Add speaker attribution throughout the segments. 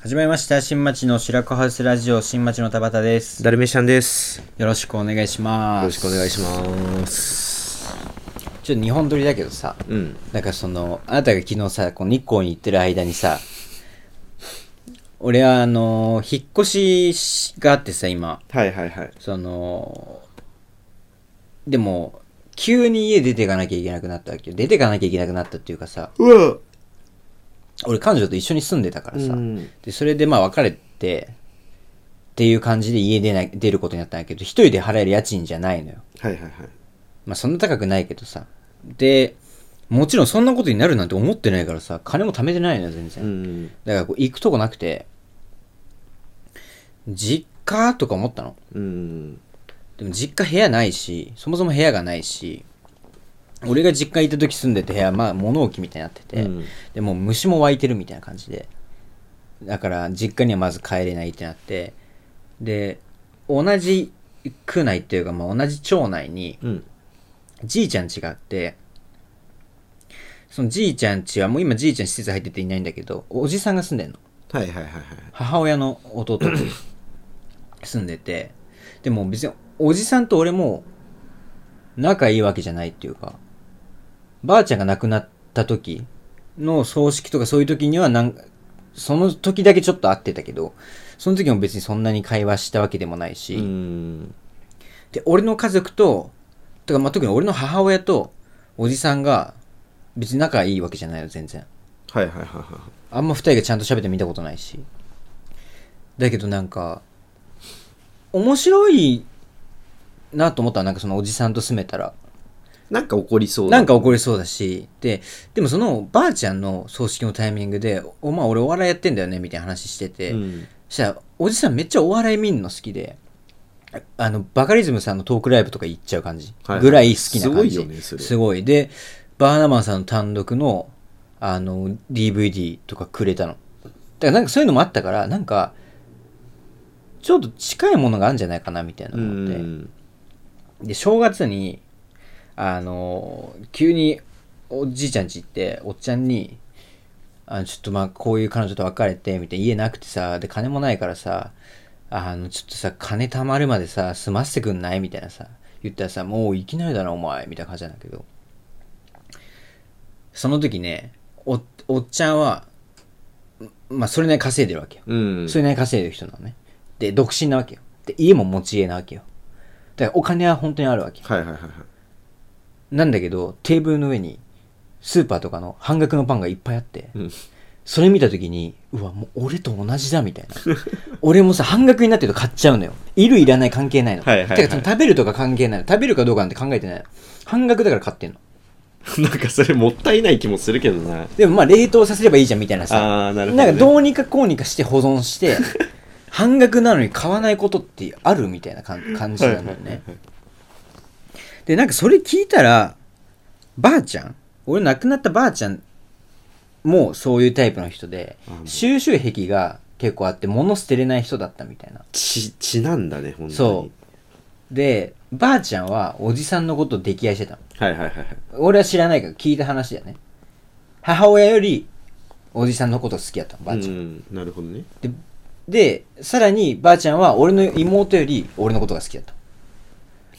Speaker 1: 始まりました新町の白子ハウスラジオ新町の田畑です
Speaker 2: ダルメシャンです。よ
Speaker 1: よろしくお願いします
Speaker 2: ろしくお願いします。
Speaker 1: ちょっと日本撮りだけどさ
Speaker 2: うん。
Speaker 1: なんかそのあなたが昨日さこう日光に行ってる間にさ俺はあの引っ越しがあってさ今
Speaker 2: はいはいはい。
Speaker 1: そのでも急に家出てかなきゃいけなくなったわけよ出てかなきゃいけなくなったっていうかさ
Speaker 2: うわ
Speaker 1: 俺彼女と一緒に住んでたからさ、
Speaker 2: うん
Speaker 1: でそれでまあ別れてっていう感じで家出ない出ることになったんだけど一人で払える家賃じゃないのよ
Speaker 2: はいはいはい。
Speaker 1: まあそんな高くないけどさでもちろんそんなことになるなんて思ってないからさ金も貯めてないのよ全然、
Speaker 2: うん。
Speaker 1: だからこう行くとこなくて実家とか思ったの
Speaker 2: うん。
Speaker 1: でも実家部屋ないしそもそも部屋がないし俺が実家行った時住んでた部屋はまあ物置みたいになってて、
Speaker 2: うん
Speaker 1: でもう虫も湧いてるみたいな感じでだから実家にはまず帰れないってなってで同じ区内っていうか、まあ、同じ町内に
Speaker 2: うん。
Speaker 1: じいちゃん家があってそのじいちゃん家はもう今じいちゃん施設入ってていないんだけどおじさんが住んでんの
Speaker 2: はいはいはいはい。
Speaker 1: 母親の弟 住んでてでも別におじさんと俺も仲いいわけじゃないっていうかばあちゃんが亡くなった時の葬式とかそういう時にはなんその時だけちょっと会ってたけどその時も別にそんなに会話したわけでもないし、
Speaker 2: うん。
Speaker 1: で俺の家族ととか、まあ、特に俺の母親とおじさんが別に仲いいわけじゃないよ全然
Speaker 2: はいはいはいは
Speaker 1: あんま二人がちゃんと喋って見たことないし。だけどなんか、面白いなと思ったらなんかそのおじさんと住めたら。
Speaker 2: い。なんか起こりそうだ
Speaker 1: なんか怒りそうだし、で、でもそのばあちゃんの葬式のタイミングで、おまあ俺お笑いやってんだよねみたいな話してて、
Speaker 2: うん。
Speaker 1: そしたらおじさんめっちゃお笑い見んの好きで、あの、バカリズムさんのトークライブとか行っちゃう感じ
Speaker 2: はいはい
Speaker 1: ぐらい好きな感じ。
Speaker 2: すごいよねそれ
Speaker 1: すごい。で、バーナマンさんの単独の、あの、DVD とかくれたの。だからなんかそういうのもあったから、なんか、ちょっと近いものがあるんじゃないかなみたいな
Speaker 2: う
Speaker 1: 思って。
Speaker 2: ん。
Speaker 1: で正月にあの急におじいちゃん家行っておっちゃんにあの「ちょっとまあこういう彼女と別れて」みたいな家なくてさで金もないからさあのちょっとさ金貯まるまでさ済ませてくんないみたいなさ言ったらさ「もういきなりだなお前」みたいな感じなんだけどその時ねおおっちゃんはまあそれなりに稼いでるわけよ
Speaker 2: うん。
Speaker 1: それなりに稼いでる人なのね。で、独身なわけよ。で、家も持ち家なわけよ。だからお金は本当にあるわけ。
Speaker 2: はいはいはいはい。
Speaker 1: なんだけど、テーブルの上に、スーパーとかの半額のパンがいっぱいあって、
Speaker 2: うん。
Speaker 1: それ見たときに、うわ、もう俺と同じだ、みたい な。俺もさ、半額になってると買っちゃうのよ。いるいらない関係ないの。
Speaker 2: はいはいはい
Speaker 1: てか、食べるとか関係ないの。食べるかどうかなんて考えてないの。半額だから買ってんの。
Speaker 2: なんかそれもったいない気もするけどな。
Speaker 1: でもまあ、冷凍させればいいじゃん、みたいなさ。
Speaker 2: あー、なるほど
Speaker 1: な
Speaker 2: ね。
Speaker 1: んかどうにかこうにかして保存して 半額なのに買わないことってあるみたいな感感じなのよね。でなんかそれ聞いたらばあちゃん俺の亡くなったばあちゃんもそういうタイプの人で
Speaker 2: あもう
Speaker 1: 収集癖が結構あって物捨てれない人だったみたいな。
Speaker 2: ち、ちなんだね、本当に。
Speaker 1: そうでばあちゃんはおじさんのことを溺愛してたの。
Speaker 2: う。はいはいはいはい。
Speaker 1: 俺は知らないから聞いた話だよね。母親よりおじさんのこと好きやったのばあちゃん
Speaker 2: うん。なるほどね。
Speaker 1: ででさらにばあちゃんは俺の妹より俺のことが好きだった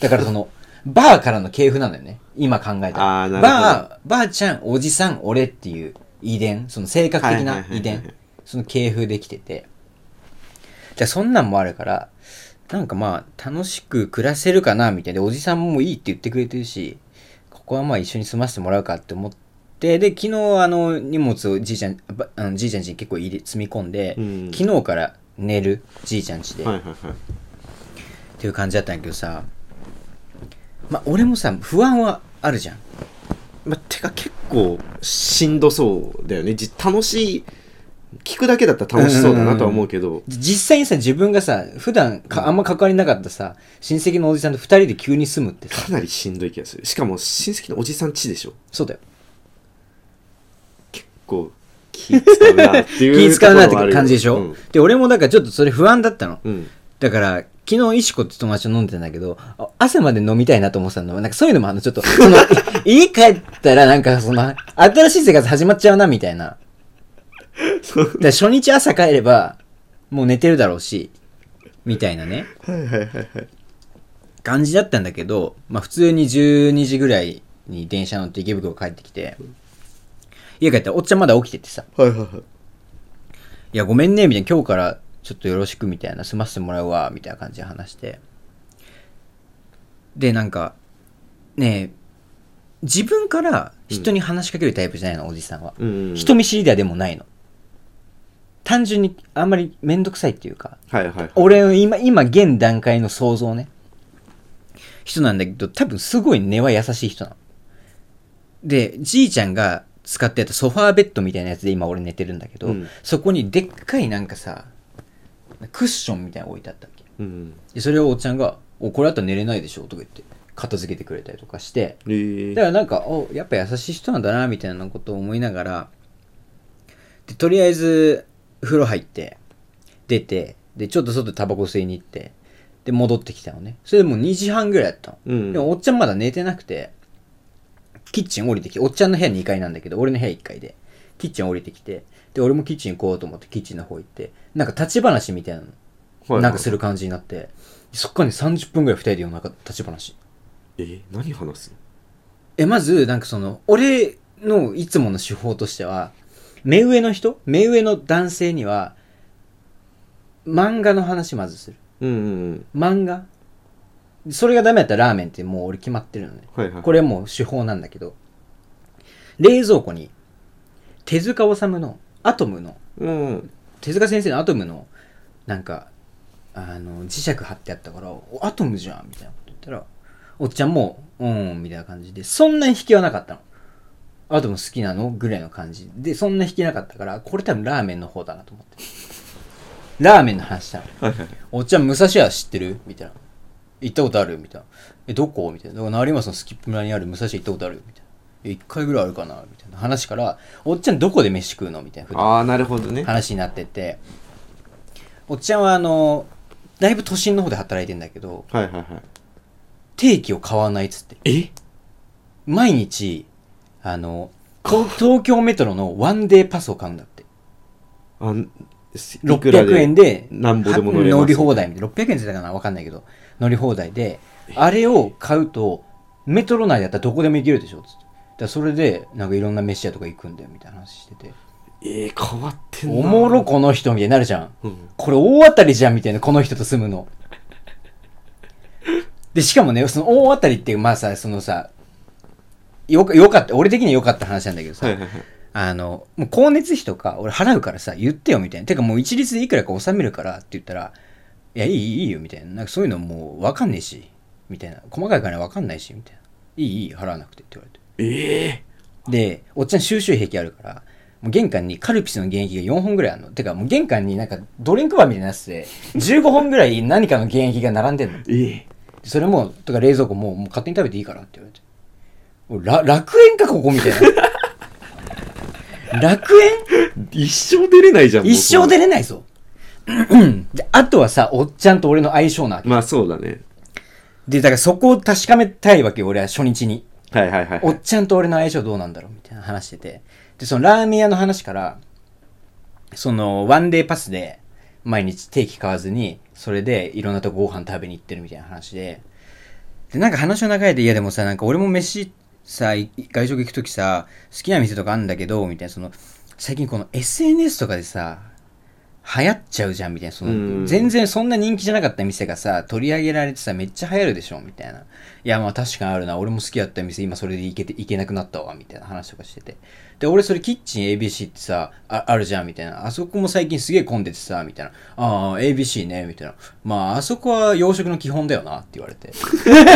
Speaker 1: だからそ のバーからの系譜なのよね今考えた
Speaker 2: あー
Speaker 1: ら
Speaker 2: なるほど
Speaker 1: バーばあちゃんおじさん俺っていう遺伝その性格的
Speaker 2: はい
Speaker 1: な
Speaker 2: はいはいはい
Speaker 1: 遺伝その系譜できててじゃあそんなんもあるからなんかまあ楽しく暮らせるかなみたいなでおじさんもいいって言ってくれてるしここはまあ一緒に住ませてもらうかって思ってで昨日あの荷物をじいちゃんばあのじいちゃん家に結構入れ積み込んで、
Speaker 2: うん
Speaker 1: 昨日から寝るじいちゃん家で、
Speaker 2: はい
Speaker 1: っ
Speaker 2: はいはい。
Speaker 1: ていう感じだったんだけどさまあ俺もさ不安はあるじゃん
Speaker 2: まあ、てか結構しんどそうだよねじ楽しい聞くだけだったら楽しそうだなとは思うけど、
Speaker 1: じ実際にさ自分がさ普段かあんま関わりなかったさ親戚のおじさんと2人で急に住むってさ
Speaker 2: かなりしんどい気がするしかも親戚のおじさんちでしょ
Speaker 1: そうだよ
Speaker 2: 結構気使うなっていう
Speaker 1: 気使うなっ
Speaker 2: ところはある
Speaker 1: て
Speaker 2: よ
Speaker 1: 感じでしょ、
Speaker 2: うん
Speaker 1: で俺もだからちょっとそれ不安だったの
Speaker 2: うん
Speaker 1: だから昨日石子って友達と飲んでたんだけどあ朝まで飲みたいなと思ってたのなんかそういうのもあのちょっとそ のい家帰ったらなんかその新しい生活始まっちゃうなみたいな
Speaker 2: そう
Speaker 1: ら初日朝帰れば、もう寝てるだろうし、みたいなね、
Speaker 2: はいはいはいはい。
Speaker 1: 感じだったんだけど、まあ普通に12時ぐらいに電車乗って池袋帰ってきて、家帰ったらおっちゃんまだ起きててさ、
Speaker 2: はいはいはい。
Speaker 1: いや、ごめんね、みたいな、今日からちょっとよろしく、みたいな、済ませてもらうわ、みたいな感じで話して。で、なんか、ねえ、自分から人に話しかけるタイプじゃないの、おじさんは。
Speaker 2: うん。
Speaker 1: 人見知りだでもないの。単純にあんまりめんどくさいっていうか、
Speaker 2: はいはいはい。
Speaker 1: 俺の今、今、現段階の想像ね。人なんだけど、多分すごい根は優しい人なの。で、じいちゃんが使ってたソファーベッドみたいなやつで今俺寝てるんだけど、
Speaker 2: うん
Speaker 1: そこにでっかいなんかさ、クッションみたいなの置いてあったっけ
Speaker 2: うん。
Speaker 1: で、それをおっちゃんが、お、これだったら寝れないでしょとか言って、片付けてくれたりとかして、
Speaker 2: えー
Speaker 1: だからなんか、お、やっぱ優しい人なんだな、みたいなことを思いながら、で、とりあえず、風呂入って、出て、で、ちょっと外でタバコ吸いに行って、で、戻ってきたのね。それでもう2時半ぐらいだったの。
Speaker 2: うん。
Speaker 1: でも、おっちゃんまだ寝てなくて、キッチン降りてきて、おっちゃんの部屋2階なんだけど、俺の部屋1階で、キッチン降りてきて、で、俺もキッチン行こうと思って、キッチンの方行って、なんか立ち話みたいな
Speaker 2: は
Speaker 1: の、
Speaker 2: い
Speaker 1: なんかす
Speaker 2: る。
Speaker 1: る感じになって、そっからね、30分ぐらい2人で夜中立ち話。
Speaker 2: えー、何話す
Speaker 1: えまずなんかその俺のいつもの手法としては目上の人目上の男性には漫画の話まずする
Speaker 2: のうんうんうん。
Speaker 1: 漫画それがダメだったらラーメンってもう俺決まってるのね
Speaker 2: はいはい。
Speaker 1: こ
Speaker 2: れ。
Speaker 1: れはもう手法なんだけど冷蔵庫に手塚治虫のアトムの
Speaker 2: うん。
Speaker 1: 手塚先生のアトムのなんかあの磁石貼ってあったから「おアトムじゃん」みたいなこと言ったらおっちゃんも「うん」みたいな感じでそんなに引きはなかったのアトム好きなのぐらいの感じでそんな引きなかったからこれ多分ラーメンの方だなと思ってラーメンの話したの
Speaker 2: はいはい。
Speaker 1: おっちゃん武蔵屋知ってるみたいな行ったことあるみたいなえどこみたいなだから成増のスキップ村にある武蔵屋行ったことあるみたいな1回ぐらいあるかなみたいな話からおっちゃんどこで飯食うのみたいな普段
Speaker 2: ああ、なるほどね。
Speaker 1: 話になってておっちゃんはあのだいぶ都心の方で働いてんだけど
Speaker 2: はいはいは
Speaker 1: 定期を買わないっつって
Speaker 2: い。え
Speaker 1: 毎日あの こ東京メトロのワンデーパスを買うんだって
Speaker 2: あん、すいくら
Speaker 1: 600円で
Speaker 2: なんぼでも乗れます
Speaker 1: 乗り放題みたいな600円って言ってたかな分かんないけど乗り放題であれを買うとメトロ内だったらどこでも行けるでしょっつってだからそれでなんかいろんな飯屋とか行くんだよみたいな話してて
Speaker 2: えー、変わってんな。
Speaker 1: おもろこの人みたいになるじゃん
Speaker 2: うん。
Speaker 1: これ大当たりじゃんみたいな、この人と住むの。で、しかもね、その大当たりっていう、まあさ、そのさ、よか、よかった、俺的には良かった話なんだけどさ、
Speaker 2: はいはいはい。
Speaker 1: あの、もう光熱費とか俺払うからさ、言ってよみたいな。てかもう一律でいくらか納めるからって言ったら、いや、いい、いいよみたいな。なんかそういうのもう分かんねえし、みたいな。細かい金分かんないし、みたいな。いい、いい、払わなくてって言われて。
Speaker 2: ええ
Speaker 1: で、おっちゃん収集癖あるから、もう玄関にカルピスの原液が4本ぐらいあるの。てか、もう玄関になんかドリンクバーみたいなやつで、15本ぐらい何かの原液が並んでんの。
Speaker 2: ええ
Speaker 1: それも、とか冷蔵庫も、もう勝手に食べていいからって言われて。俺ら楽園か、ここみたいな。楽園
Speaker 2: 一生出れないじゃん。もう
Speaker 1: 一生出れないぞ。で、あとはさ、おっちゃんと俺の相性なわけ。
Speaker 2: まあそうだね。
Speaker 1: で、だからそこを確かめたいわけよ、俺は初日に。
Speaker 2: はいはいはい。
Speaker 1: おっちゃんと俺の相性どうなんだろうみたいな話してて。で、そのラーメン屋の話から、そのワンデーパスで毎日定期買わずに、それでいろんなとこご飯食べに行ってるみたいな話で。で、なんか話の中で、いやでもさ、なんか俺も飯さ、い外食行くときさ、好きな店とかあるんだけど、みたいな、その、最近この SNS とかでさ、流行っちゃうじゃんみたいな、そ
Speaker 2: うん
Speaker 1: の、全然そんな人気じゃなかった店がさ、取り上げられてさ、めっちゃ流行るでしょみたいな。いや、まあ確かにあるな。俺も好きだった店、今それで行けて、行けなくなったわ、みたいな話とかしてて。で、俺それキッチン ABC ってさ、ああるじゃんみたいな。あそこも最近すげえ混んでてさ、みたいな。ああ、ABC ね、みたいな。まあ、あそこは洋食の基本だよな、って言われて。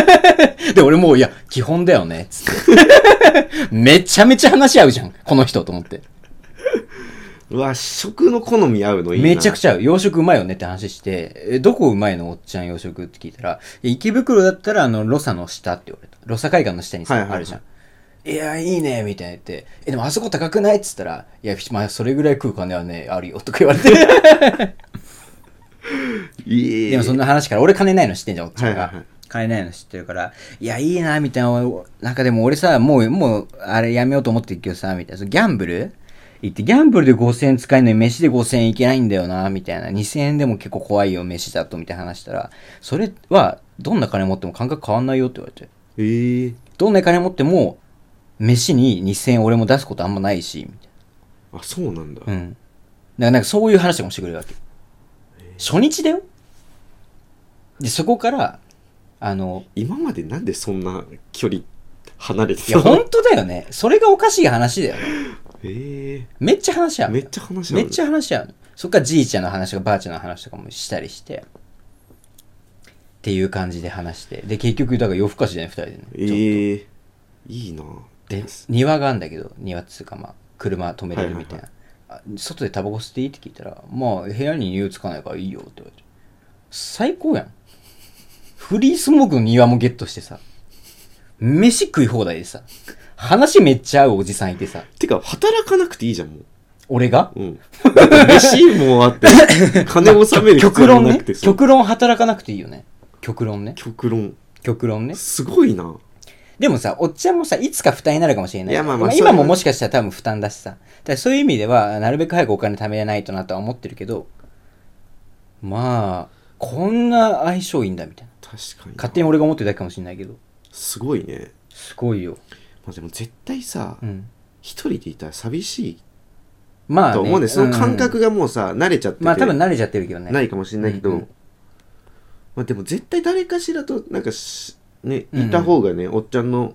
Speaker 1: で、俺もう、いや、基本だよね、つって。 めちゃめちゃ話し合うじゃん、この人と思って。
Speaker 2: うわ、食の好み合うのいいな。
Speaker 1: めちゃくちゃ合う洋食うまいよねって話して、え、どこうまいのおっちゃん洋食って聞いたら、いや池袋だったらあの、ロサの下って言われた。ロサ海岸の下にさ、
Speaker 2: はいはいはい
Speaker 1: あるじゃん。いや、いいね、みたいな言って、え、でもあそこ高くないっつったら、いや、まあ、それぐらい食う金はね、あるよ、とか言われて。
Speaker 2: いえ
Speaker 1: でもそんな話から、俺金ないの知ってんじゃん、おっちゃんが。
Speaker 2: はいはいはい
Speaker 1: 金ないの知ってるから、いや、いいな、みたいな。なんかでも俺さ、もう、もう、あれやめようと思ってるけどさ、みたいな。そのギャンブル行って、ギャンブルで5000円使えるのに飯で5000円いけないんだよな、みたいな。2000円でも結構怖いよ、飯だと、みたいな話したら、それは、どんな金持っても感覚変わんないよって言われて。
Speaker 2: ええ
Speaker 1: どんな金持っても、飯に2000円俺も出すことあんまないし、みたい
Speaker 2: あそうなんだ、
Speaker 1: な。うん。だからなんかそういう話とかもしてくれるわけ。初日だよで、そこから、あ の、
Speaker 2: 今までなんでそんな距離離れて
Speaker 1: い
Speaker 2: た
Speaker 1: や、
Speaker 2: の
Speaker 1: 本当だよね。それがおかしい話だよね。
Speaker 2: え
Speaker 1: めっちゃ話し合
Speaker 2: え
Speaker 1: うの
Speaker 2: め
Speaker 1: よ。
Speaker 2: っちゃ話
Speaker 1: めっち
Speaker 2: ゃ
Speaker 1: ゃ話し合うの。そっからじいちゃんの話とかばあちゃんの話とかもしたりして。っていう感じで話して。で、結局、だから夜更かしだね、二人でね。
Speaker 2: ええいいな
Speaker 1: で、庭があるんだけど、庭っつうかまあ、車止めれるみたいな。あ外でタバコ吸っていいって聞いたら、まあ、部屋に匂いつかないからいいよって言われて。最高やん。フリースモークの庭もゲットしてさ、飯食い放題でさ、話めっちゃ合うおじさんいてさ、
Speaker 2: てか働かなくていいじゃんもう
Speaker 1: 俺が
Speaker 2: うん。だって飯もあって、金を納める必
Speaker 1: 極
Speaker 2: 要
Speaker 1: 論
Speaker 2: もな
Speaker 1: ね
Speaker 2: くて。そう
Speaker 1: 極論働かなくていいよね。極論ね。
Speaker 2: 極論。
Speaker 1: 極論ね。
Speaker 2: すごいな。
Speaker 1: でもさ、おっちゃんもさ、いつか負担になるかもしれない。
Speaker 2: いやまあまあそれ
Speaker 1: 今
Speaker 2: は
Speaker 1: ももしかしたら多分負担だしさ。だからそういう意味では、なるべく早くお金貯めないとなとは思ってるけど、まあ、こんな相性いいんだみたいな。
Speaker 2: 確かに。
Speaker 1: 勝手に俺が思ってるだけかもしれないけど。
Speaker 2: すごいね。
Speaker 1: すごいよ。
Speaker 2: まあでも絶対さ
Speaker 1: う、ん。
Speaker 2: 一、人でいたら寂しい
Speaker 1: まあ、ね。
Speaker 2: と思うんで、その感覚がもうさ、慣れちゃってて、
Speaker 1: まあ多分慣れちゃってるけどね。
Speaker 2: ないかもしれないけど、
Speaker 1: うんうん
Speaker 2: まあでも絶対誰かしらと、なんかし、ね、
Speaker 1: うんうん
Speaker 2: いた方がね、おっちゃんの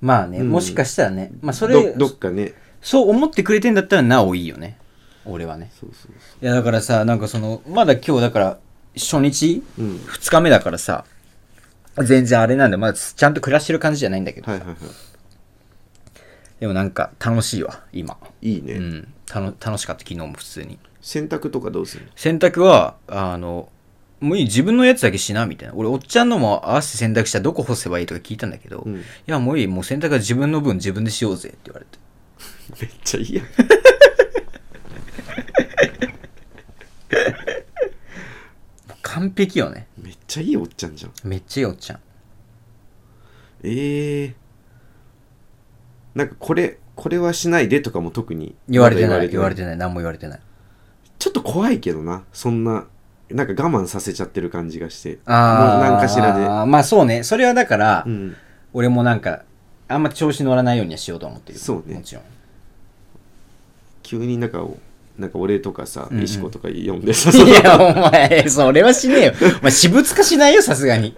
Speaker 1: まあね、
Speaker 2: うん
Speaker 1: もしかしたらね。まあそれ
Speaker 2: ど、どっかね、
Speaker 1: そう思ってくれてんだったらなおいいよね。俺はね。
Speaker 2: そうそうそ
Speaker 1: いやだからさ、なんかその、まだ今日だから、初日
Speaker 2: う。うん。
Speaker 1: 二日目だからさ、全然あれなんだよ。まだちゃんと暮らしてる感じじゃないんだけど。
Speaker 2: はいはいは
Speaker 1: でもなんか楽しいわ、今。
Speaker 2: い。いいね。
Speaker 1: うん。たの楽しかった、昨日も普通に。
Speaker 2: 洗濯とかどう するの
Speaker 1: 洗濯は、あの、もういい、自分のやつだけしな、みたいな。俺、おっちゃんのも合わせて洗濯したらどこ干せばいいとか聞いたんだけど、
Speaker 2: うん
Speaker 1: いや、もういい、もう洗濯は自分の分自分でしようぜって言われて。
Speaker 2: めっちゃいいやん
Speaker 1: 完璧よね。
Speaker 2: めっちゃいいおっちゃんじゃん。
Speaker 1: めっちゃいいおっちゃん。
Speaker 2: ええなんかこれこれはしないでとかも特に
Speaker 1: 言われてない、言
Speaker 2: ま
Speaker 1: わ
Speaker 2: だ
Speaker 1: れてない、何も言われてない。
Speaker 2: ちょっと怖いけどなそんななんか我慢させちゃってる感じがして
Speaker 1: あ
Speaker 2: も
Speaker 1: あ。
Speaker 2: う何かしら
Speaker 1: で。まあそうね。それはだから、
Speaker 2: で、うん、
Speaker 1: 俺もなんか、あんま調子乗らないようにはしようと思ってる。
Speaker 2: そうね
Speaker 1: もちろん。
Speaker 2: 急になんかをなんか俺とかさ、
Speaker 1: うんうん
Speaker 2: 石子とか呼んで さ
Speaker 1: い や、お前、それはしねえよ。お前、私物化しないよ、さすがに。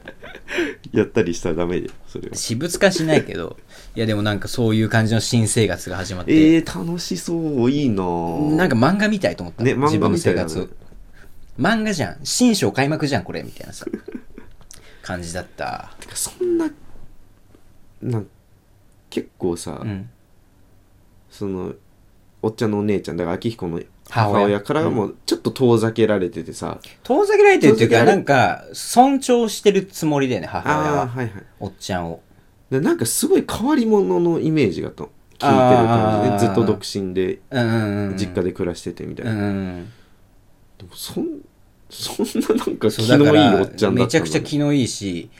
Speaker 2: やったりしたらダメでそれは
Speaker 1: 私物化しないけど、いや、でもなんかそういう感じの新生活が始まって、
Speaker 2: ええ楽しそういいな
Speaker 1: な
Speaker 2: なん
Speaker 1: か漫画みたいと思ったの、
Speaker 2: ね
Speaker 1: 自
Speaker 2: 漫画
Speaker 1: 分の
Speaker 2: みた
Speaker 1: 生
Speaker 2: いな
Speaker 1: 活を。漫画じゃん。新章開幕じゃん、これ、みたいなさ。感じだった。
Speaker 2: てかそんななん結構さ、
Speaker 1: うん。
Speaker 2: そのおっちゃんのお姉ちゃんだから明彦の
Speaker 1: 母
Speaker 2: 母
Speaker 1: 親
Speaker 2: 親からもちょっと遠ざけられててさ、
Speaker 1: 遠ざけられてるっていう
Speaker 2: 遠
Speaker 1: か、
Speaker 2: ざけら
Speaker 1: な
Speaker 2: れ
Speaker 1: んか、尊重してるつもりだよね、母親
Speaker 2: ああ
Speaker 1: は。
Speaker 2: はいはい
Speaker 1: おっちゃんを。
Speaker 2: でなんかすごい変わり者のイメージがと聞いてる感
Speaker 1: あー
Speaker 2: じでずっと独身で
Speaker 1: うんうんうん。
Speaker 2: 実家で暮らしててみたいな、
Speaker 1: うんうん
Speaker 2: でもそんそんななんか
Speaker 1: そう
Speaker 2: 気
Speaker 1: だ
Speaker 2: の
Speaker 1: か
Speaker 2: い
Speaker 1: ら
Speaker 2: いおっちゃんだったのね
Speaker 1: めちゃくちゃ気のいいし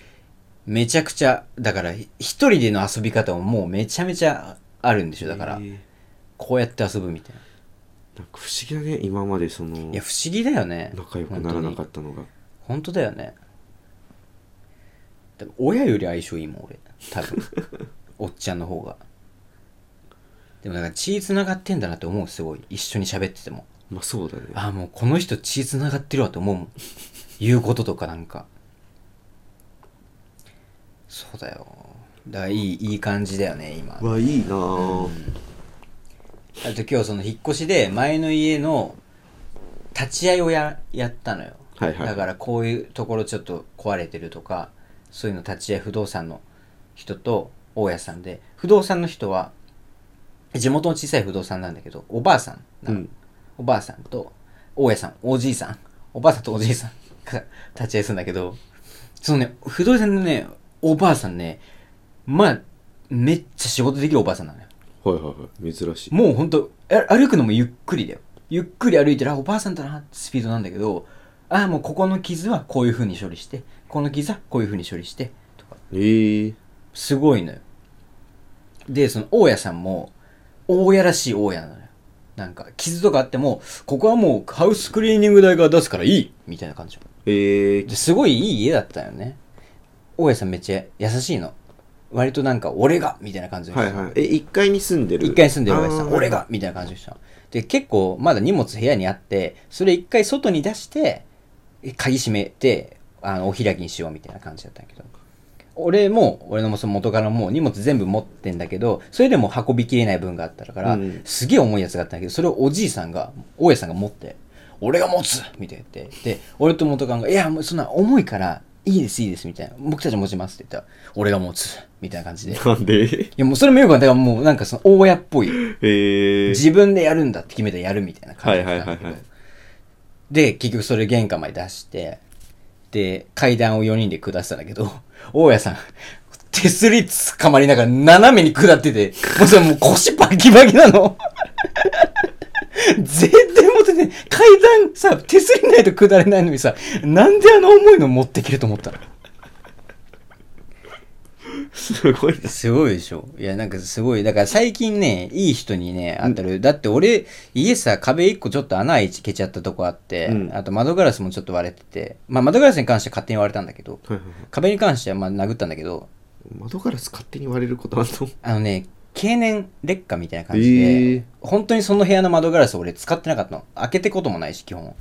Speaker 1: めちゃくちゃだからひ一人での遊び方ももうめちゃめちゃあるんでしょだから、
Speaker 2: えー
Speaker 1: こうやって遊ぶみたいな
Speaker 2: なんか不思議だね今までその
Speaker 1: いや不思議だよね
Speaker 2: 仲良くならなかったのが
Speaker 1: 本当だよねでも親より相性いいもん俺多 分おっちゃんの方がでもなんか血つながってんだなって思うすごい一緒に喋ってても
Speaker 2: まあそうだね
Speaker 1: ああもうこの人血つながってるわと思うもん言うこととかなんかそうだよだからいいいい感じだよね今
Speaker 2: うわいいなあ、
Speaker 1: あと今日その引っ越しで前の家の立ち会いをややったのよ
Speaker 2: はいはい
Speaker 1: だからこういうところちょっと壊れてるとかそういうの立ち会い不動産の人と大家さんで不動産の人は地元の小さい不動産なんだけどおばあさんな
Speaker 2: う
Speaker 1: の、
Speaker 2: ん
Speaker 1: おばあさんと大家さんおじいさんおばあさんとおじいさん が立ち会いするんだけどそのね不動産のねおばあさんねまあめっちゃ仕事できるおばあさんなのよ
Speaker 2: はいはいはい珍しい
Speaker 1: もうほんとえ歩くのもゆっくりだよゆっくり歩いてるあおばあさんだなってスピードなんだけどああもうここの傷はこういう風に処理してこの傷はこういう風に処理してとか
Speaker 2: ええ
Speaker 1: すごいのよでその大家さんも大家らしい大家なのよなんか傷とかあってもここはもうハウスクリーニング代が出すからいいみたいな感じ
Speaker 2: ええ
Speaker 1: ですごいいい家だったよね大家さんめっちゃ優しいの割となんか俺がみたいな感じで
Speaker 2: はいはい。え、1階に住んでる
Speaker 1: 一回住んでる大家さ
Speaker 2: あ
Speaker 1: ん
Speaker 2: ー
Speaker 1: 俺がみたいな感じでしたで結構まだ荷物部屋にあってそれ一回外に出して鍵閉めてあのお開きにしようみたいな感じだったんやけど俺も俺のその元からもう荷物全部持ってんだけどそれでも運びきれない分があったから、
Speaker 2: うん
Speaker 1: すげえ重いやつがあったんだけどそれをおじいさんが大家さんが持って「俺が持つ!」みたいな言ってで俺と元カノが「いやもうそんな重いからいいですいいです」みたいな「僕たち持ちます」って言ったら「俺が持つ!」みたいな感じでい
Speaker 2: なんで
Speaker 1: やもうそれもよくわかんないだからもうなんかその大家っぽい
Speaker 2: ええ
Speaker 1: 自分でやるんだって決めてやるみたいな感じだったんだけど
Speaker 2: はいはいはいはい
Speaker 1: で結局それ玄関まで出してで階段を4人で下ってたんだけど大家さん手すりつかまりながら斜めに下っててもうそれもう腰バキバキなの 全然持ってね階段さ手すりないと下れないのにさなんであの重いの持ってきると思ったの
Speaker 2: すごいな。
Speaker 1: すごいでしょ。いや、なんかすごい。だから最近ね、いい人にね、会ったる。だって俺、家さ、壁一個ちょっと穴開けちゃったとこあって、
Speaker 2: うん
Speaker 1: あと窓ガラスもちょっと割れてて、まあ窓ガラスに関しては勝手に割れたんだけど、
Speaker 2: はいはいはい
Speaker 1: 壁に関してはまあ殴ったんだけど、
Speaker 2: 窓ガラス勝手に割れることあんの
Speaker 1: あのね、経年劣化みたいな感じで、
Speaker 2: へえ
Speaker 1: 本当にその部屋の窓ガラス俺使ってなかったの。開けてこともないし、基本。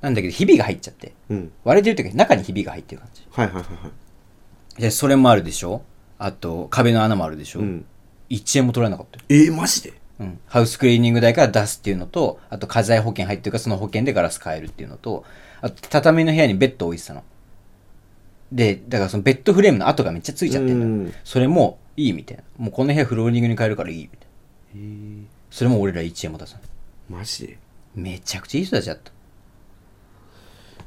Speaker 1: なんだけど、ひびが入っちゃって。
Speaker 2: うん。
Speaker 1: 割れてるというか、中にひびが入ってる感じ。
Speaker 2: はいはいはいはい。
Speaker 1: で、それもあるでしょあと、壁の穴もあるでしょ、
Speaker 2: うん。
Speaker 1: 1円も取られなかったよ
Speaker 2: えー、マジで
Speaker 1: うん、ハウスクリーニング代から出すっていうのと、あと家財保険入ってるからその保険でガラス買えるっていうのと、あと畳の部屋にベッド置いてたの。で、だからそのベッドフレームの跡がめっちゃついちゃってるのよ。
Speaker 2: うん
Speaker 1: それもいいみたいな。もうこの部屋フローリングに変えるからいいみたいな。
Speaker 2: えー、
Speaker 1: それも俺ら1円も出さない。
Speaker 2: マジで
Speaker 1: めちゃくちゃいい人たちだった。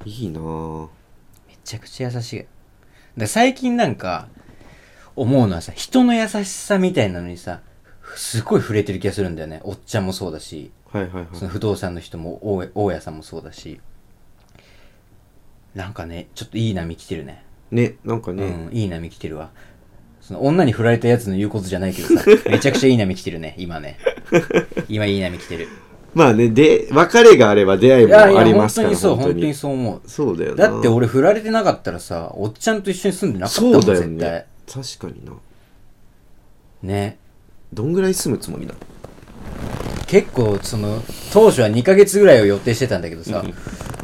Speaker 2: いいなぁ。
Speaker 1: めちゃくちゃ優しい。だから最近なんか、思うのはさ、人の優しさみたいなのにさ、すごい触れてる気がするんだよね。おっちゃんもそうだし。
Speaker 2: はいはいはい。
Speaker 1: その不動産の人も大家大家さんもそうだしなんかねちょっといい波来てるね
Speaker 2: ね、なんかね、
Speaker 1: うんいい波来てるわその女に振られたやつの言うことじゃないけど さめちゃくちゃいい波来てるね今ね今いい波来てる
Speaker 2: まあね、で、別れがあれば出会いもあり
Speaker 1: 本
Speaker 2: ます
Speaker 1: 当
Speaker 2: から、
Speaker 1: にそう
Speaker 2: 本当
Speaker 1: 本当に
Speaker 2: に。
Speaker 1: そう思う
Speaker 2: そうだよな。
Speaker 1: だって俺振られてなかったらさおっちゃんと一緒に住んでなかったも
Speaker 2: そ
Speaker 1: ん
Speaker 2: うだよ
Speaker 1: 絶対
Speaker 2: ね。確かにな。
Speaker 1: ね
Speaker 2: どんぐらい住むつもりなの
Speaker 1: 結構その当初は2ヶ月ぐらいを予定してたんだけどさ
Speaker 2: うん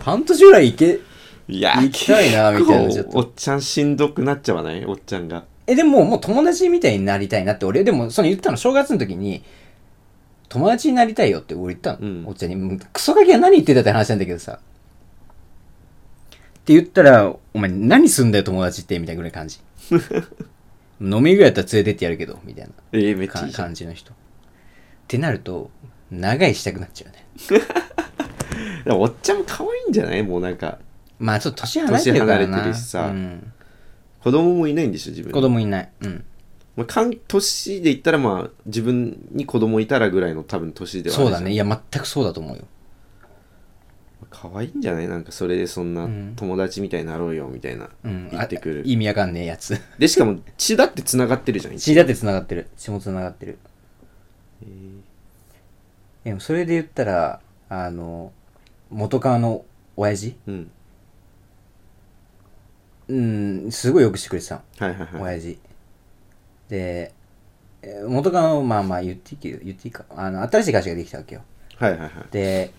Speaker 1: 半年ぐらい行け
Speaker 2: いや
Speaker 1: 行きたいなみたいなちょ
Speaker 2: 結
Speaker 1: っ
Speaker 2: 構
Speaker 1: と
Speaker 2: おっちゃんしんどくなっちゃわないおっちゃんが。
Speaker 1: え、でも、もう友達みたいになりたいなって、俺、でも、その言ったの、正月の時に、友達になりたいよって俺言ったの。
Speaker 2: うん
Speaker 1: おっちゃんに、うんクソガキは何言ってたって話なんだけどさ。って言ったら、お前何すんだよ友達って、みたいなぐらいの感 じ。飲みぐらいだったら連れてってやるけど、みたい
Speaker 2: えー、め
Speaker 1: な
Speaker 2: っち
Speaker 1: か
Speaker 2: ゃいいじゃん
Speaker 1: 感じの人。ってなると、長いしたくなっちゃうね。
Speaker 2: でもおっちゃんも可愛いんじゃないもうなんか、
Speaker 1: まあ、ちょっと年離れてるからな。
Speaker 2: 年離れてるしさ
Speaker 1: うん。
Speaker 2: 子供もいないんでしょ、自分。
Speaker 1: 子供いない。うん。
Speaker 2: まあ、かん年で言ったら、まあ、自分に子供いたらぐらいの多分年ではある
Speaker 1: そう
Speaker 2: じゃ
Speaker 1: だ
Speaker 2: ん
Speaker 1: ね。いや、全くそうだと思うよ。
Speaker 2: 可愛いんじゃないなんかそれでそんな
Speaker 1: うん
Speaker 2: 友達みたいになろうよみたいな、
Speaker 1: うん。
Speaker 2: 言ってくる
Speaker 1: あ意味わかんねえやつ。
Speaker 2: でしかも血だってつながってるじゃん
Speaker 1: 血だって繋がってる血も繋がってる
Speaker 2: えー
Speaker 1: でもそれで言ったらあの元カノの親父
Speaker 2: うん
Speaker 1: うんすごいよくしてくれてたの
Speaker 2: はいはいはい
Speaker 1: 親父でえー元カノまあまあ言っていいけど言っていいかあの新しい会社ができたわけよ
Speaker 2: はいはいはい
Speaker 1: で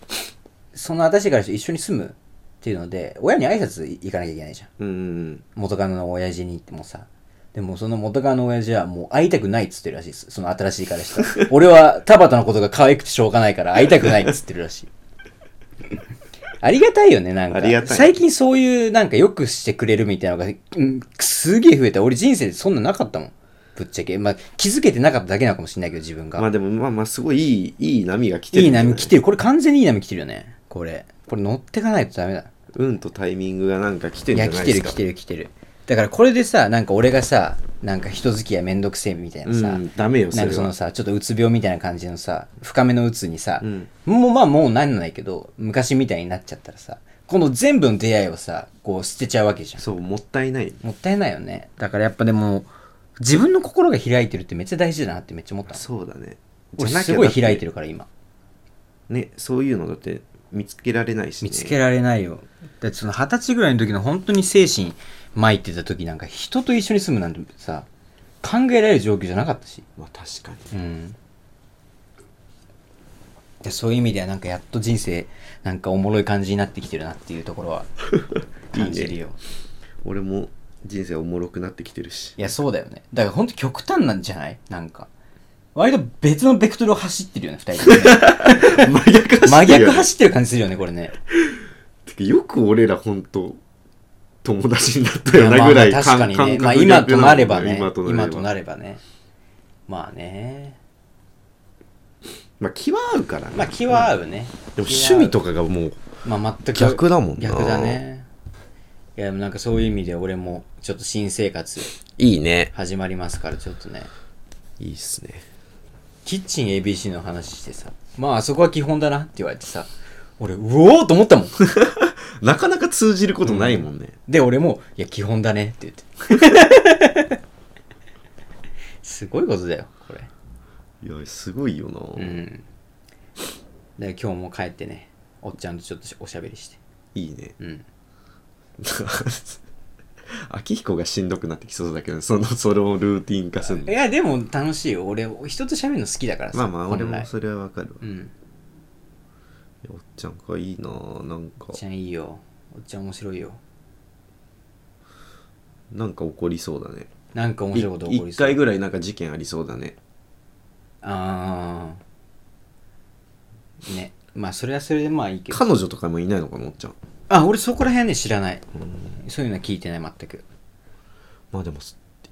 Speaker 1: その新しい会社と一緒に住むっていうので親に挨拶行かなきゃいけないじゃん
Speaker 2: うんうん
Speaker 1: 元カノの親父に行ってもさでもその元カノの親父はもう会いたくないっつってるらしいですその新しい彼氏と 俺は田畑のことが可愛くてしょうがないから会いたくないっつってるらしい ありがたいよねなんか
Speaker 2: ありがたい
Speaker 1: 最近そういうなんかよくしてくれるみたいなのが、うんすげえ増えた俺人生でそんななかったもんぶっちゃけ、まあ、気づけてなかっただけなのかもしれないけど自分が、
Speaker 2: まあでもまあまあすごいいいいい波が来てる
Speaker 1: いい波来
Speaker 2: て
Speaker 1: てるこれ完全にいい波来てるよねこれこれ乗ってかないとダメだ
Speaker 2: 運とタイミングがなんか来てるん
Speaker 1: い
Speaker 2: じ
Speaker 1: や
Speaker 2: ゃ
Speaker 1: 来
Speaker 2: ない
Speaker 1: て
Speaker 2: で
Speaker 1: る
Speaker 2: す
Speaker 1: 来
Speaker 2: か
Speaker 1: てる来てるだからこれでさなんか俺がさなんか人付き合いめんどくせえみたいなさ、
Speaker 2: うんダメよそ
Speaker 1: な
Speaker 2: れ
Speaker 1: んかその
Speaker 2: は
Speaker 1: さちょっとうつ病みたいな感じのさ深めのうつにさ、
Speaker 2: うん
Speaker 1: もうまあもうなんないけど昔みたいになっちゃったらさこの全部の出会いをさこう捨てちゃうわけじゃん
Speaker 2: そうもったいない
Speaker 1: もったいないよねだからやっぱでも自分の心が開いてるってめっちゃ大事だなってめっちゃ思ったの
Speaker 2: そうだね
Speaker 1: 俺すごい開いて
Speaker 2: る
Speaker 1: るから今
Speaker 2: ねそういうのだって見つけられないし、ね、
Speaker 1: 見つけられないよ。だってその二十歳ぐらいの時の本当に精神参ってた時なんか人と一緒に住むなんてさ、考えられる状況じゃなかったし。
Speaker 2: まあ確かに
Speaker 1: うん。でそういう意味ではなんかやっと人生なんかおもろい感じになってきてるなっていうとこ ろは感じるよ。い
Speaker 2: 俺も人生おもろくなってきてるし
Speaker 1: や、そうだよね。だから本当極端なんじゃないなんか。割と別のベクトルを 走ってるよね、二人ともね、
Speaker 2: 真逆走
Speaker 1: 真
Speaker 2: ってるよ
Speaker 1: 逆
Speaker 2: ね
Speaker 1: 走ってる感じするよね、これね。
Speaker 2: てかよく俺ら本当友達になったようなぐらい
Speaker 1: まあまあ確かにね。
Speaker 2: 感
Speaker 1: まあ
Speaker 2: 感覚
Speaker 1: 今となればね。
Speaker 2: 今となれば
Speaker 1: 今となればね。まあね。
Speaker 2: まあ気は合うからね
Speaker 1: まあ気は合うね。
Speaker 2: でも趣味とかがもう
Speaker 1: まあ全く
Speaker 2: 逆だもんな
Speaker 1: 逆だね。いやでもなんかそういう意味で俺もちょっと新生活
Speaker 2: いいね
Speaker 1: 始まりますからちょっとね。
Speaker 2: いいっすね
Speaker 1: キッチン ABC の話してさ。まああそこは基本だなって言われてさ。俺、うおーと思ったも ん。
Speaker 2: なかなか通じることないもんね、
Speaker 1: で、俺も、いや、基本だねって言って。 すごいことだよ、これ。
Speaker 2: いやすごいよ
Speaker 1: う
Speaker 2: な、
Speaker 1: ん。で、今日も帰ってね、おっちゃんとちょっとおしゃべりして。
Speaker 2: いいね
Speaker 1: うん。
Speaker 2: 秋彦がしんどくなってきそうだけどそのそれをルーティン化する
Speaker 1: いや、でも楽しいよ。俺、人と喋るの好きだからさ。
Speaker 2: まあまあ俺
Speaker 1: 本
Speaker 2: も
Speaker 1: 来
Speaker 2: それはわかるわ、
Speaker 1: うん。
Speaker 2: いやおっちゃんかいいななんか
Speaker 1: おっちゃんいいよ。おっちゃん面白いよ。
Speaker 2: なんか起こりそうだね
Speaker 1: なんか面白いこと起こり
Speaker 2: 1
Speaker 1: そう。
Speaker 2: 回ぐらいなんか事件ありそうだね
Speaker 1: ああ。ね。まあ、それはそれでまあいいけど。
Speaker 2: 彼女とかもいないのかなおっちゃん
Speaker 1: あ、俺そこら辺ね、知らない。そういうのは聞いてない、全く。
Speaker 2: まあでも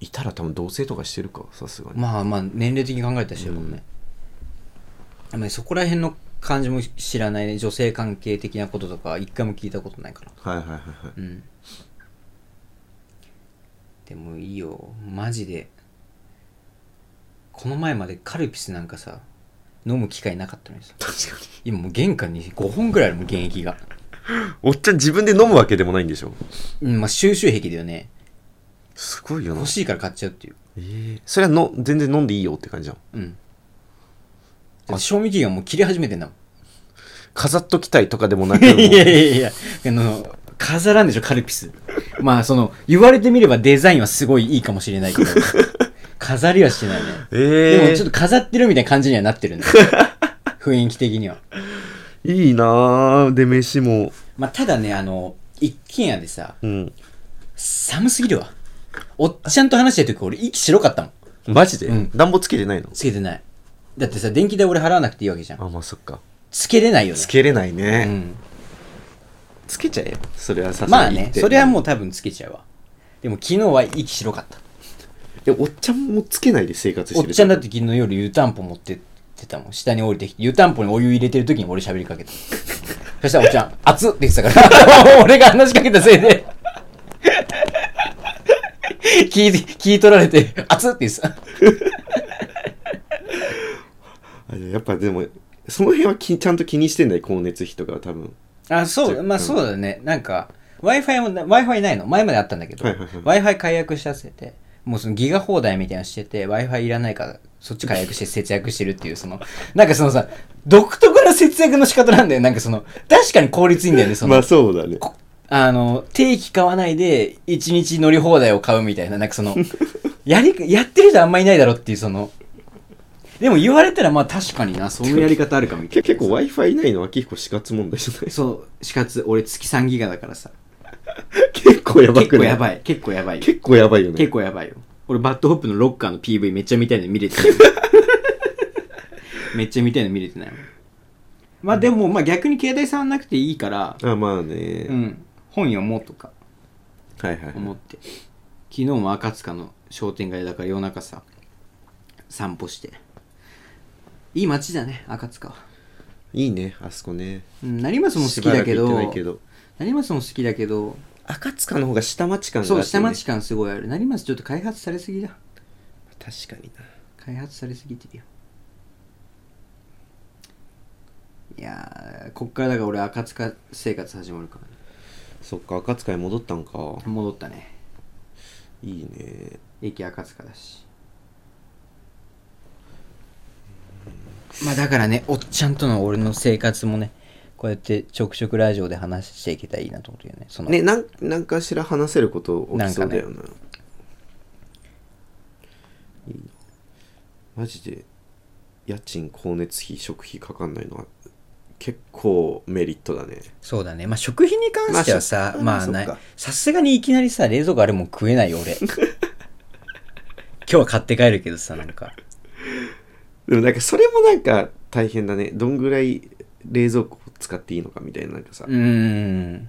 Speaker 2: いたら多分同棲とかしてるかさすがに、
Speaker 1: まあまあ、年齢的に考えたら知るもんね。あんまりそこら辺の感じも知らないね。女性関係的なこととか、一回も聞いたことないから。
Speaker 2: はいはいはいはい
Speaker 1: うん。でもいいよ。マジで。この前までカルピスなんかさ、飲む機会なかったのにさ。
Speaker 2: 確か
Speaker 1: 今もう玄関に5本ぐらいあるもん、現役が。
Speaker 2: におっちゃん自分で飲むわけでもないんでしょ
Speaker 1: うん、まあ収集癖だよね。
Speaker 2: すごいよな
Speaker 1: 欲しいから買っちゃうっていう。
Speaker 2: えーそれはの全然飲んでいいよって感じじゃん
Speaker 1: うん。あ賞味期限もう切れ始めてんだもん。
Speaker 2: 飾っときたいとかでもな く
Speaker 1: いやいやいや、あの、飾らんでしょ、カルピス。まあ、その、言われてみればデザインはすごいいいかもしれない けど、飾りはしてないね。
Speaker 2: え
Speaker 1: で
Speaker 2: え
Speaker 1: もちょっと飾ってるみたいな感じにはなってるん だ雰囲気的には。
Speaker 2: いいなぁで飯も
Speaker 1: まあ、ただね、あの、一軒家でさ、
Speaker 2: うん
Speaker 1: 寒すぎるわ。おっちゃんと話してる時俺息白かったもん。
Speaker 2: マジで、
Speaker 1: うん
Speaker 2: 暖房つけてないの
Speaker 1: つけてない。だってさ、電気代俺払わなくていいわけじゃん。
Speaker 2: あまあそっか
Speaker 1: つけれないよね
Speaker 2: つ。けれないね
Speaker 1: う、ん。
Speaker 2: つけちゃえよそれはさす
Speaker 1: ま
Speaker 2: が
Speaker 1: あ
Speaker 2: に
Speaker 1: ね
Speaker 2: 言っ、て
Speaker 1: それはもう多分つけちゃうわ。でも昨日は息白かった。
Speaker 2: えおっちゃんもつけないで生活し
Speaker 1: おって
Speaker 2: る
Speaker 1: ちゃんだって昨日夜湯たんぽ持ってってたもん下に降りてきて湯たんぽにお湯入れてる時に俺喋りかけたそしたらおっちゃん「熱っ!」って言ってたから 俺が話しかけたせいで聞い聞い取られて「熱っ!」って言ってた
Speaker 2: あやっぱでもその辺はきちゃんと気にしてんだよ光熱費とかは多分
Speaker 1: あそうまあそうだねなんか w i f i も w i f i ないの前まであったんだけど w
Speaker 2: は
Speaker 1: i
Speaker 2: いはいはい
Speaker 1: f i 解約しちゃっててもうそのギガ放題みたいなのしてて w i f i いらないからそっち解約して節約してるっていうその なんかそのさ独特な節約の仕方なんだよなんかその確かに効率いいんだよねその、
Speaker 2: まあそうだね
Speaker 1: あの定期買わないで1日乗り放題を買うみたいななんかそのやりやってる人あんまいないだろっていうそのでも言われたらまあ確かになそういうやり方あるかみたい
Speaker 2: け
Speaker 1: な
Speaker 2: 結構 w i f i ないのは結構死活問題じゃない
Speaker 1: そうしかつ俺月3ギガだからさ
Speaker 2: 結構やばく
Speaker 1: 結
Speaker 2: ない
Speaker 1: 構や
Speaker 2: い
Speaker 1: ばい結構やばいよ
Speaker 2: 結構やばいよね
Speaker 1: 結構やばいよ俺バッドホップのロッカーの PV めっちゃ見たいの見れ てないめっちゃ見たいの見れてないもんまあでもまあ逆に携帯触んなくていいから
Speaker 2: あまあ
Speaker 1: う
Speaker 2: ね、
Speaker 1: ん本読もうとか
Speaker 2: はいはい
Speaker 1: 思って昨日も赤塚の商店街だから夜中さ散歩していい街だね赤塚は、
Speaker 2: いいねあそこね
Speaker 1: うん、成松も好きだけ
Speaker 2: しば
Speaker 1: ど
Speaker 2: らく行ってないけど
Speaker 1: 成松も好きだけど
Speaker 2: 赤塚の方が下町感があって
Speaker 1: そ
Speaker 2: ね
Speaker 1: う下町感すごいある成松ちょっと開発されすぎだ
Speaker 2: 確かにな
Speaker 1: 開発されすぎてるよいやーこっからだから俺赤塚生活始まるからね
Speaker 2: そっか赤塚へ戻ったんか
Speaker 1: 戻ったね
Speaker 2: いいね
Speaker 1: 駅赤塚だしまあだからね、おっちゃんとの俺の生活もね、こうやってちょくちょくラジオで話していけたらいいなと思ってるよね。その、
Speaker 2: ねなんなんかしら話せること起きそうだよなマジで家賃光熱費食費かかんないのは結構メリットだね
Speaker 1: そうだね。まあ食費に関してはさ、ま
Speaker 2: まあ
Speaker 1: あ、
Speaker 2: 食
Speaker 1: ない
Speaker 2: まあそっか、
Speaker 1: さすがにいきなりさ、冷蔵庫あるもん食えないよ、 俺。今日は買って帰るけどさ、なんか。
Speaker 2: でもなんかそれもなんか大変だねどんぐらい冷蔵庫を使っていいのかみたいななんかさ、
Speaker 1: うーん。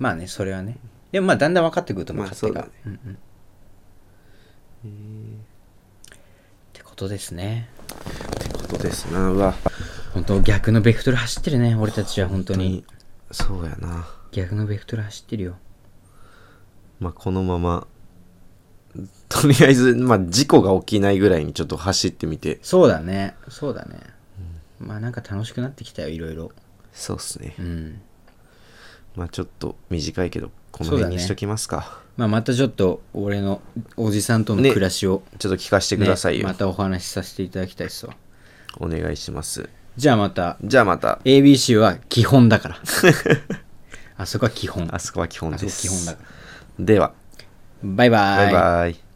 Speaker 1: まあね、それはね。でもまあだんだん分かってくると思う、
Speaker 2: まあ
Speaker 1: 勝手が
Speaker 2: そ
Speaker 1: う
Speaker 2: う
Speaker 1: んうん。ってことですね。
Speaker 2: ことですなうわ
Speaker 1: 本当逆のベクトル走ってるね、俺たちは本当に。
Speaker 2: そうやな
Speaker 1: 逆のベクトル走ってるよ。
Speaker 2: まあこのままとりあえず、まあ、事故が起きないぐらいにちょっと走ってみて
Speaker 1: そうだね。そうだね。まあなんか楽しくなってきたよ、いろいろ。
Speaker 2: そうっすね
Speaker 1: うん。
Speaker 2: まあちょっと短いけどこの
Speaker 1: そうだ
Speaker 2: 辺
Speaker 1: ね
Speaker 2: にしときますか、
Speaker 1: まあまたちょっと俺のおじさんとの
Speaker 2: ね
Speaker 1: 暮らしを、
Speaker 2: ちょっと聞かせてくださいよ、
Speaker 1: またお話しさせていただきたいっすわ。
Speaker 2: お願いします
Speaker 1: じゃあまた、
Speaker 2: じゃあまた
Speaker 1: ABC は基本だ から。あそこは基本。
Speaker 2: あそこは基本
Speaker 1: あそ
Speaker 2: で
Speaker 1: こ
Speaker 2: す
Speaker 1: 基本だから。
Speaker 2: では
Speaker 1: バイバーイ。
Speaker 2: バイバイ